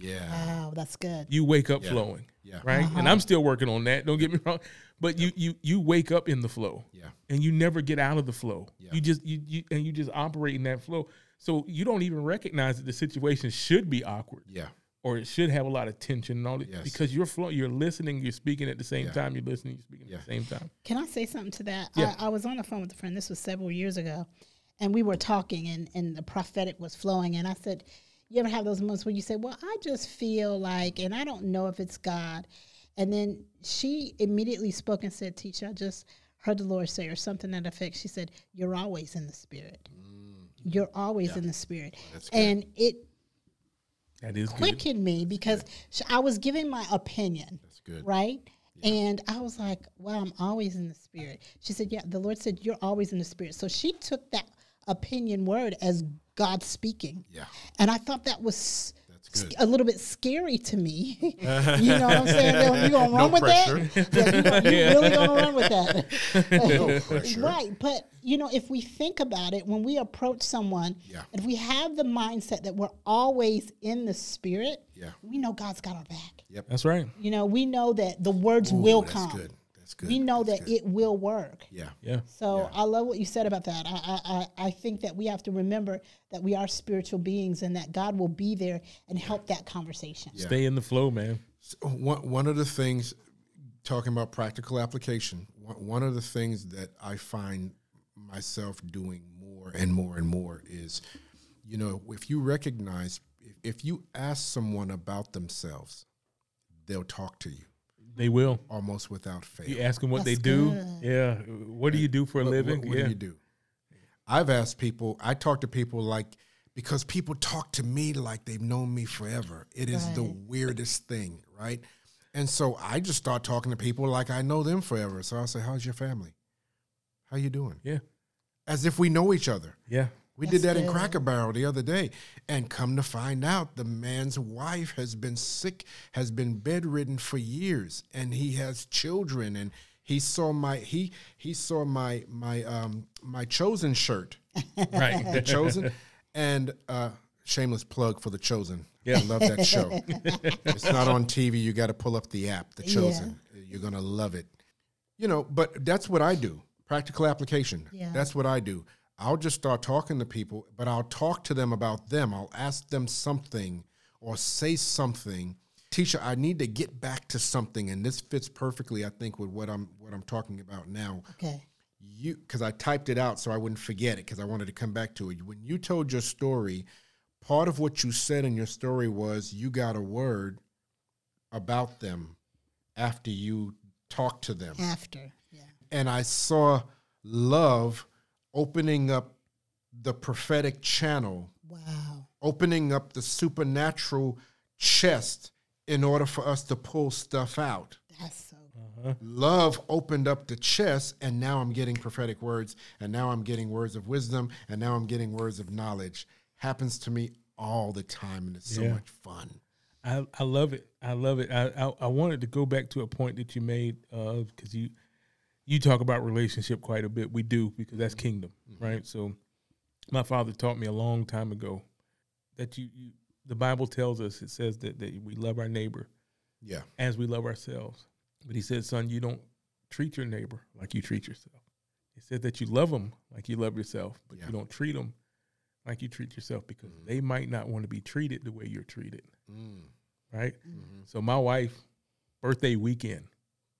Speaker 1: Yeah.
Speaker 3: Wow, that's good.
Speaker 2: you wake up
Speaker 1: Yeah.
Speaker 2: flowing
Speaker 1: Yeah.
Speaker 2: right and i'm still working on that don't get me wrong but you you you wake up in the flow
Speaker 1: Yeah.
Speaker 2: and you never get out of the flow.
Speaker 1: Yeah.
Speaker 2: You just you, you and you just operate in that flow. So you don't even recognize that the situation should be awkward
Speaker 1: Yeah.
Speaker 2: or it should have a lot of tension and all that
Speaker 1: Yes.
Speaker 2: because you're flow you're listening, you're speaking at the same
Speaker 1: Yeah.
Speaker 2: time, you're listening, you're speaking
Speaker 1: Yeah.
Speaker 2: at the same time.
Speaker 3: Can I say something to that?
Speaker 2: Yeah.
Speaker 3: I, I was on the phone with a friend. This was several years ago, and we were talking, and and the prophetic was flowing, and I said, "You ever have those moments where you say, well, I just feel like, and I don't know if it's God," and then she immediately spoke and said, "Teacher, I just heard the Lord say, or something to that effect." She said, "You're always in the Spirit. You're always in the Spirit,"
Speaker 1: That's good.
Speaker 3: and it
Speaker 2: That is good.
Speaker 3: quickened me because sh I was giving my opinion,
Speaker 1: That's good.
Speaker 3: right? And I was like, wow, I'm always in the spirit. She said, yeah, the Lord said, you're always in the spirit. So she took that opinion word as God speaking.
Speaker 1: Yeah.
Speaker 3: And I thought that was
Speaker 1: That's
Speaker 3: s-
Speaker 1: good.
Speaker 3: a little bit scary to me. you know what I'm saying? You gonna
Speaker 1: No
Speaker 3: run with
Speaker 1: pressure.
Speaker 3: that? Yeah, you gonna, you
Speaker 2: Yeah.
Speaker 3: really gonna run with that?
Speaker 1: No pressure.
Speaker 3: Right, but you know, if we think about it, when we approach someone,
Speaker 1: Yeah.
Speaker 3: if we have the mindset that we're always in the spirit,
Speaker 1: Yeah.
Speaker 3: we know God's got our back.
Speaker 2: That's right.
Speaker 3: You know, we know that the words
Speaker 1: Ooh,
Speaker 3: will come.
Speaker 1: That's good. That's good.
Speaker 3: We know
Speaker 1: That's
Speaker 3: that
Speaker 1: good.
Speaker 3: it will work.
Speaker 1: Yeah.
Speaker 2: Yeah.
Speaker 3: So
Speaker 1: Yeah.
Speaker 3: I love what you said about that. I, I, I I think that we have to remember that we are spiritual beings and that God will be there and help that conversation.
Speaker 1: Yeah.
Speaker 2: Stay in the flow, man.
Speaker 1: So one, one of the things, talking about practical application, one, one of the things that I find myself doing more and more and more is, you know, if you recognize, if, if you ask someone about themselves, they'll talk to you
Speaker 2: They will.
Speaker 1: almost without fail.
Speaker 2: You ask them what they
Speaker 3: That's
Speaker 2: do.
Speaker 3: good.
Speaker 2: Yeah. What do you do for a
Speaker 1: What- what-
Speaker 2: living?
Speaker 1: What,
Speaker 2: yeah.
Speaker 1: do you do? I've asked people, I talk to people like, because people talk to me like they've known me forever. It is the
Speaker 3: Right.
Speaker 1: weirdest thing, right? And so I just start talking to people like I know them forever. So I'll say, How's your family? How you doing?
Speaker 2: Yeah.
Speaker 1: As if we know each other.
Speaker 2: Yeah.
Speaker 1: We
Speaker 3: That's
Speaker 1: did that in
Speaker 3: good.
Speaker 1: Cracker Barrel the other day. And come to find out, the man's wife has been sick, has been bedridden for years, and he has children. And he saw my he he saw my my um my chosen shirt. The
Speaker 2: Right.
Speaker 1: chosen and uh shameless plug for the chosen.
Speaker 2: Yeah.
Speaker 1: I love that show. it's not on TV, you gotta pull up the app, the
Speaker 3: Yeah.
Speaker 1: chosen. You're gonna love it. You know, but that's what I do. Practical application.
Speaker 3: Yeah.
Speaker 1: That's what I do. I'll just start talking to people, but I'll talk to them about them. I'll ask them something or say something. Teacher, I need to get back to something, and this fits perfectly, I think, with what I'm what I'm talking about now
Speaker 3: Okay.
Speaker 1: you because I typed it out so I wouldn't forget it because I wanted to come back to it. When you told your story, part of what you said in your story was you got a word about them after you talked to them.
Speaker 3: After. Yeah.
Speaker 1: And I saw love opening up the prophetic channel,
Speaker 3: Wow.
Speaker 1: opening up the supernatural chest in order for us to pull stuff out
Speaker 3: That's so good.
Speaker 1: love opened up the chest and now i'm getting prophetic words and now i'm getting words of wisdom and now i'm getting words of knowledge happens to me all the time and it's so
Speaker 2: Yeah.
Speaker 1: much fun
Speaker 2: I, I love it. I love it. I, I, I wanted to go back to a point that you made because you you talk about relationship quite a bit. We do because that's kingdom, right? So my father taught me a long time ago that you, you the Bible tells us it says that, that we love our neighbor
Speaker 1: yeah
Speaker 2: as we love ourselves. But he said, son, you don't treat your neighbor like you treat yourself. He said that you love them like you love yourself, but
Speaker 1: Yeah.
Speaker 2: you don't treat them like you treat yourself because they might not want to be treated the way you're treated,
Speaker 1: mm,
Speaker 2: right?
Speaker 1: hmm
Speaker 2: So my wife, birthday weekend,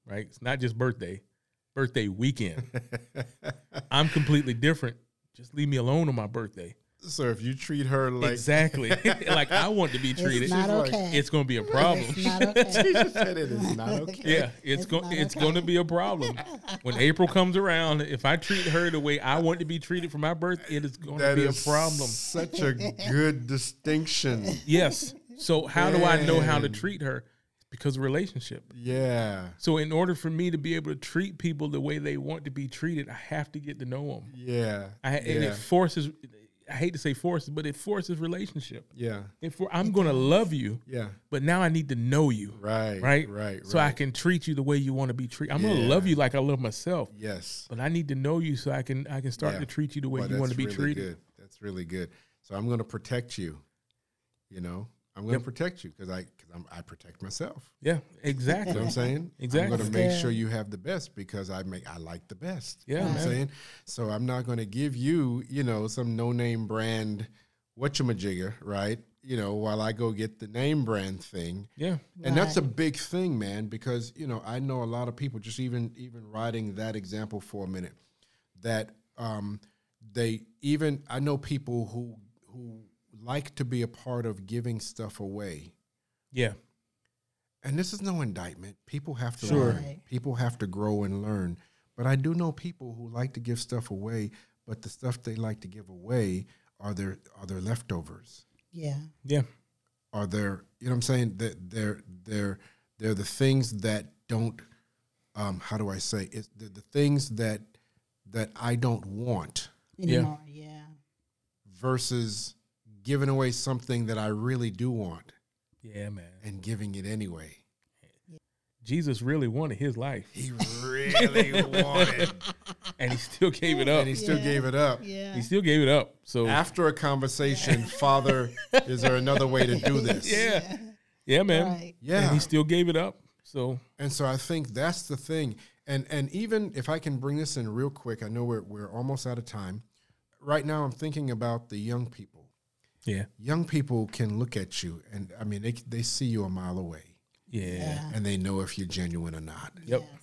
Speaker 2: right? It's not just birthday, birthday weekend. I'm completely different. Just leave me alone on my birthday.
Speaker 1: so if you treat her like
Speaker 2: exactly. like I want to be
Speaker 3: It's
Speaker 2: treated.
Speaker 3: not
Speaker 1: like-
Speaker 3: okay.
Speaker 2: It's going to be a problem.
Speaker 3: It's not okay.
Speaker 1: she just said it is not okay
Speaker 2: Yeah, it's
Speaker 3: It's
Speaker 2: going
Speaker 3: not
Speaker 2: it's
Speaker 3: okay.
Speaker 2: going to be a problem. When April comes around, if I treat her the way I want to be treated for my birth, it is going to
Speaker 1: That
Speaker 2: be a
Speaker 1: is
Speaker 2: problem.
Speaker 1: such a good distinction
Speaker 2: Yes. So how do I know how to
Speaker 1: Man.
Speaker 2: treat her? Because of relationship.
Speaker 1: yeah
Speaker 2: So in order for me to be able to treat people the way they want to be treated, I have to get to know them.
Speaker 1: yeah
Speaker 2: I, And
Speaker 1: yeah
Speaker 2: it forces. I hate to say forces, but it forces relationship.
Speaker 1: yeah
Speaker 2: If we're, I'm going to love you,
Speaker 1: yeah
Speaker 2: but now I need to know you,
Speaker 1: right
Speaker 2: right?
Speaker 1: right
Speaker 2: So I
Speaker 1: right.
Speaker 2: can treat you the way you want to be treated. I'm going
Speaker 1: Yeah.
Speaker 2: to love you like I love myself,
Speaker 1: yes
Speaker 2: but I need to know you so I can I can start
Speaker 1: Yeah.
Speaker 2: to treat you the way
Speaker 1: Well,
Speaker 2: you want to
Speaker 1: that's
Speaker 2: be
Speaker 1: really
Speaker 2: treated.
Speaker 1: Good. That's really good. So I'm going to protect you. You know, I'm going to
Speaker 2: Yep.
Speaker 1: protect you because I cause I'm, I protect myself.
Speaker 2: Yeah,
Speaker 1: You know
Speaker 2: exactly.
Speaker 1: what I'm saying? I'm
Speaker 2: Exactly.
Speaker 1: going to make
Speaker 3: Yeah.
Speaker 1: sure you have the best because I make I like the best.
Speaker 2: Yeah,
Speaker 1: you know what I'm
Speaker 2: man.
Speaker 1: saying. So I'm not going to give you you know some no name brand whatchamajigger, right? You know, while I go get the name brand thing.
Speaker 2: yeah,
Speaker 1: And that's a big thing, man, because you know I know a lot of people. Just even even riding that example for a minute, that um, they even I know people who who like to be a part of giving stuff away,
Speaker 2: yeah,
Speaker 1: and this is no indictment. People have to
Speaker 2: Sure.
Speaker 1: learn. People have to grow and learn. But I do know people who like to give stuff away, but the stuff they like to give away are their are their leftovers
Speaker 3: Yeah.
Speaker 2: yeah.
Speaker 1: are there you know what i'm saying that they're they're they're the things that don't um how do i say it's the, the things that that i don't want
Speaker 2: Yeah.
Speaker 3: anymore. Yeah.
Speaker 1: versus giving away something that i really do want
Speaker 2: Yeah, man.
Speaker 1: and giving it anyway
Speaker 2: Jesus really wanted his life,
Speaker 1: he really wanted
Speaker 2: and he still gave it up.
Speaker 1: and he still
Speaker 3: Yeah.
Speaker 1: gave it up
Speaker 3: Yeah.
Speaker 2: He still gave it up. So
Speaker 1: after a conversation father is there another way to do this
Speaker 2: yeah, yeah, man.
Speaker 3: Right.
Speaker 1: yeah
Speaker 2: And he still gave it up. So
Speaker 1: And so I think that's the thing. And and even if I can bring this in real quick, I know we're we're almost out of time. Right now I'm thinking about the young people.
Speaker 2: yeah,
Speaker 1: Young people can look at you and I mean they they see you a mile away
Speaker 2: yeah,
Speaker 3: Yeah.
Speaker 1: and they know if you're genuine or not.
Speaker 2: yep,
Speaker 3: Yes.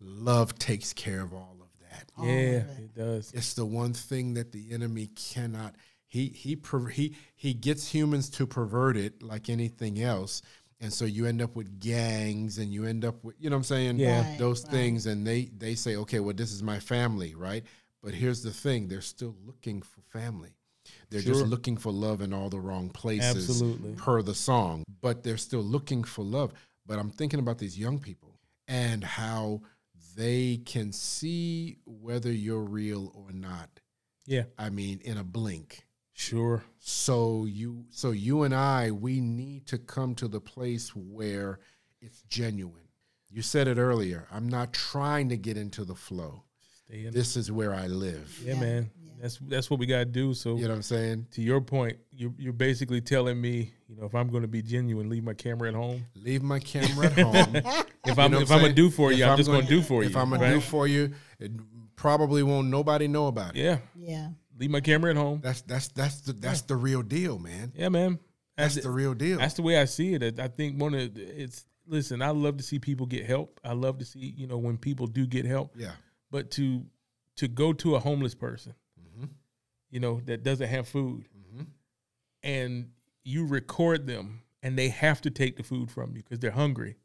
Speaker 1: Love takes care of all of that.
Speaker 3: All
Speaker 2: yeah.
Speaker 3: of it.
Speaker 2: It does.
Speaker 1: It's the one thing that the enemy cannot. He he per- he he gets humans to pervert it like anything else, and so you end up with gangs, and you end up with you know what I'm saying.
Speaker 2: Yeah.
Speaker 3: Right,
Speaker 1: those
Speaker 3: right.
Speaker 1: things, and they they say, okay, well this is my family, right? But here's the thing: they're still looking for family. They're just
Speaker 2: Sure.
Speaker 1: looking for love in all the wrong places,
Speaker 2: Absolutely.
Speaker 1: per the song. But they're still looking for love. But I'm thinking about these young people and how they can see whether you're real or not.
Speaker 2: Yeah,
Speaker 1: I mean, in a blink.
Speaker 2: sure.
Speaker 1: So you, so you and I, we need to come to the place where it's genuine. You said it earlier. I'm not trying to get into the flow.
Speaker 2: Stay in.
Speaker 1: This is where I live.
Speaker 2: yeah,
Speaker 3: Yeah,
Speaker 2: man.
Speaker 3: yeah.
Speaker 2: That's that's what we gotta do. So
Speaker 1: You know what I'm saying?
Speaker 2: to your point, you're you're basically telling me, you know, if I'm gonna be genuine, leave my camera at home.
Speaker 1: Leave my camera at home.
Speaker 2: If
Speaker 1: You
Speaker 2: I'm
Speaker 1: know what
Speaker 2: if I'm gonna
Speaker 1: saying?
Speaker 2: do for
Speaker 1: If
Speaker 2: you, I'm, just gonna,
Speaker 1: gonna-
Speaker 2: do for you.
Speaker 1: If I'm gonna
Speaker 2: right?
Speaker 1: do for you, it probably won't nobody know about it.
Speaker 2: yeah,
Speaker 3: Yeah.
Speaker 2: leave my camera at home.
Speaker 1: That's that's that's the that's the real deal, man.
Speaker 2: Yeah, man.
Speaker 1: That's
Speaker 2: That's
Speaker 1: the real deal.
Speaker 2: That's the way I see it. I think one of the- it's listen. I love to see people get help. I love to see you know when people do get help.
Speaker 1: yeah.
Speaker 2: But to to go to a homeless person,
Speaker 1: Mhm.
Speaker 2: you know, that doesn't have food,
Speaker 1: Mhm.
Speaker 2: and you record them, and they have to take the food from you because they're hungry.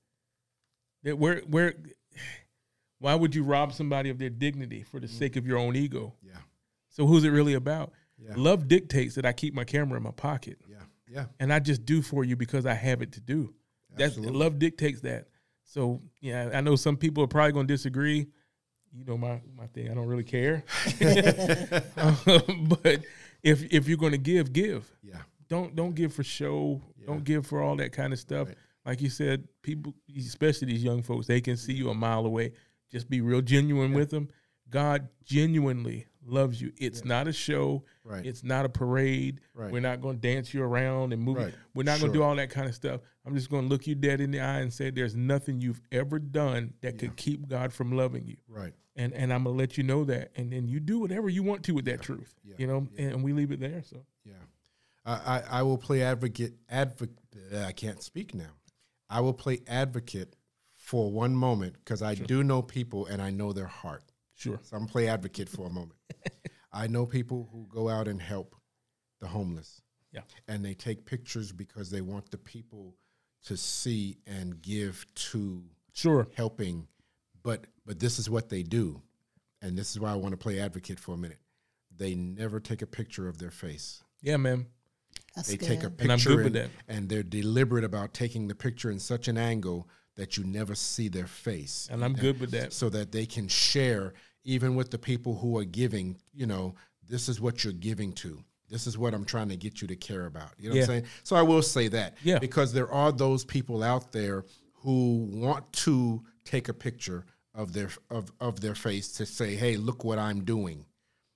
Speaker 2: That where where why would you rob somebody of their dignity for the sake of your own ego?
Speaker 1: Mm. Yeah.
Speaker 2: So who's it really about?
Speaker 1: Yeah.
Speaker 2: Love dictates that I keep my camera in my pocket
Speaker 1: Yeah. Yeah.
Speaker 2: and I just do for you because I have it to do. That's
Speaker 1: Absolutely.
Speaker 2: love dictates that. So yeah, I know some people are probably going to disagree. You know my my thing. I don't really care. Um, but if if you're going to give, give.
Speaker 1: Yeah.
Speaker 2: Don't don't give for show. Don't give for all that kind of stuff.
Speaker 1: Right.
Speaker 2: Like you said, people, especially these young folks, they can see you a mile away. Just be real genuine with them. God genuinely loves you. It's not a show.
Speaker 1: Right.
Speaker 2: It's not a parade.
Speaker 1: Right.
Speaker 2: We're not going to dance you around and move. you-
Speaker 1: Right.
Speaker 2: We're not going to
Speaker 1: Sure.
Speaker 2: do all that kind of stuff. I'm just going to look you dead in the eye and say, "There's nothing you've ever done that could keep God from loving you."
Speaker 1: right.
Speaker 2: And and I'm gonna let you know that. And then you do whatever you want to with that truth.
Speaker 1: Yeah.
Speaker 2: You know, and, and we leave it there. So
Speaker 1: Yeah. I, I, I will play advocate advocate I can't speak now. I will play advocate for one moment because I do know people and I know their heart.
Speaker 2: sure.
Speaker 1: So I'm gonna play advocate for a moment. I know people who go out and help the homeless.
Speaker 2: Yeah.
Speaker 1: And they take pictures because they want the people to see and give to
Speaker 2: Sure.
Speaker 1: helping. But but this is what they do. And this is why I want to play advocate for a minute. They never take a picture of their face
Speaker 2: Yeah, man.
Speaker 3: That's
Speaker 1: they
Speaker 3: good.
Speaker 1: take a
Speaker 2: And I'm
Speaker 1: picture
Speaker 2: good with
Speaker 1: and, and they're deliberate about taking the picture in such an angle that you never see their face
Speaker 2: And I'm good with that.
Speaker 1: so that they can share even with the people who are giving you know this is what you're giving to this is what i'm trying to get you to care about you know
Speaker 2: Yeah.
Speaker 1: what i'm saying so i will say that
Speaker 2: Yeah.
Speaker 1: because there are those people out there who want to take a picture of their of, of their face to say hey look what i'm doing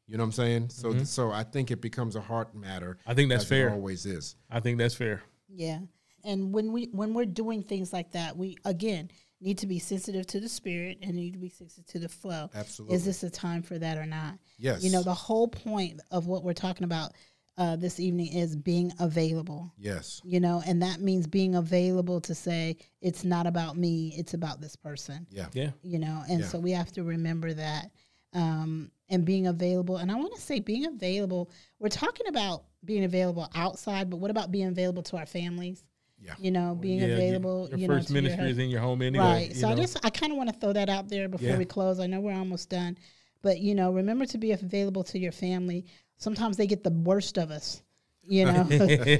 Speaker 1: you know what i'm saying so so i think it becomes a heart matter
Speaker 2: Mm-hmm. I think that's
Speaker 1: as
Speaker 2: fair.
Speaker 1: it always is
Speaker 2: I think that's fair.
Speaker 3: Yeah. And when we when we're doing things like that, we again need to be sensitive to the spirit and need to be sensitive to the flow.
Speaker 1: Absolutely.
Speaker 3: Is this a time for that or not?
Speaker 1: Yes.
Speaker 3: You know, the whole point of what we're talking about uh, this evening is being available.
Speaker 1: yes
Speaker 3: You know, and that means being available to say it's not about me, it's about this person.
Speaker 1: yeah
Speaker 2: Yeah.
Speaker 3: You know, and
Speaker 1: Yeah.
Speaker 3: so we have to remember that. Um, and being available. And I want to say being available, we're talking about being available outside, but what about being available to our families?
Speaker 1: yeah
Speaker 3: you know, being
Speaker 2: Yeah, you-
Speaker 3: available.
Speaker 2: Your
Speaker 3: you know,
Speaker 2: first
Speaker 3: to your
Speaker 2: ministry
Speaker 3: hus-
Speaker 2: is in your home anyway.
Speaker 3: right.
Speaker 2: you
Speaker 3: So I
Speaker 2: know?
Speaker 3: just I kind of want to throw that out there before
Speaker 2: Yeah.
Speaker 3: we close. I know we're almost done, but you know, remember to be available to your family. Sometimes they get the worst of us. you know,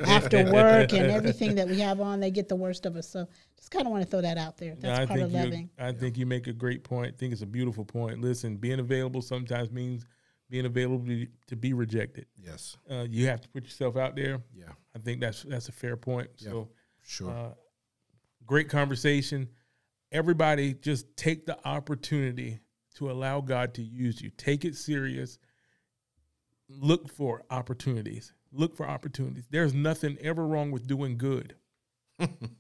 Speaker 3: after work and everything that we have on, they get the worst of us. So just kind of want to throw that out there.
Speaker 2: No,
Speaker 3: That's
Speaker 2: I
Speaker 3: part
Speaker 2: think
Speaker 3: of
Speaker 2: you,
Speaker 3: loving.
Speaker 2: I think you make a great point. I think it's a beautiful point. Listen, being available sometimes means being available to, to be rejected.
Speaker 1: Yes.
Speaker 2: Uh, you have to put yourself out there.
Speaker 1: Yeah.
Speaker 2: I think that's that's a fair point.
Speaker 1: Yeah.
Speaker 2: So
Speaker 1: Sure.
Speaker 2: uh, great conversation. Everybody, just take the opportunity to allow God to use you. Take it serious. Look for opportunities. Look for opportunities. There's nothing ever wrong with doing good.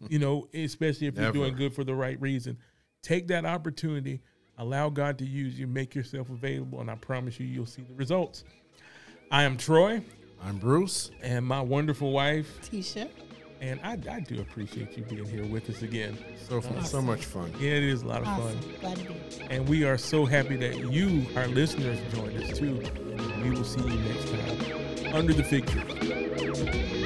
Speaker 2: you know, especially if
Speaker 1: Never.
Speaker 2: you're doing good for the right reason. Take that opportunity. Allow God to use you. Make yourself available, and I promise you, you'll see the results. I am Troy,
Speaker 1: I'm Bruce.
Speaker 2: and my wonderful wife
Speaker 3: Tisha.
Speaker 2: and I, I do appreciate you being here with us again.
Speaker 1: So fun, so much fun.
Speaker 2: Yeah, it is a lot of
Speaker 3: Awesome.
Speaker 2: fun.
Speaker 3: Glad to be here.
Speaker 2: And we are so happy that you, our listeners, joined us too. We will see you next time under the fig tree.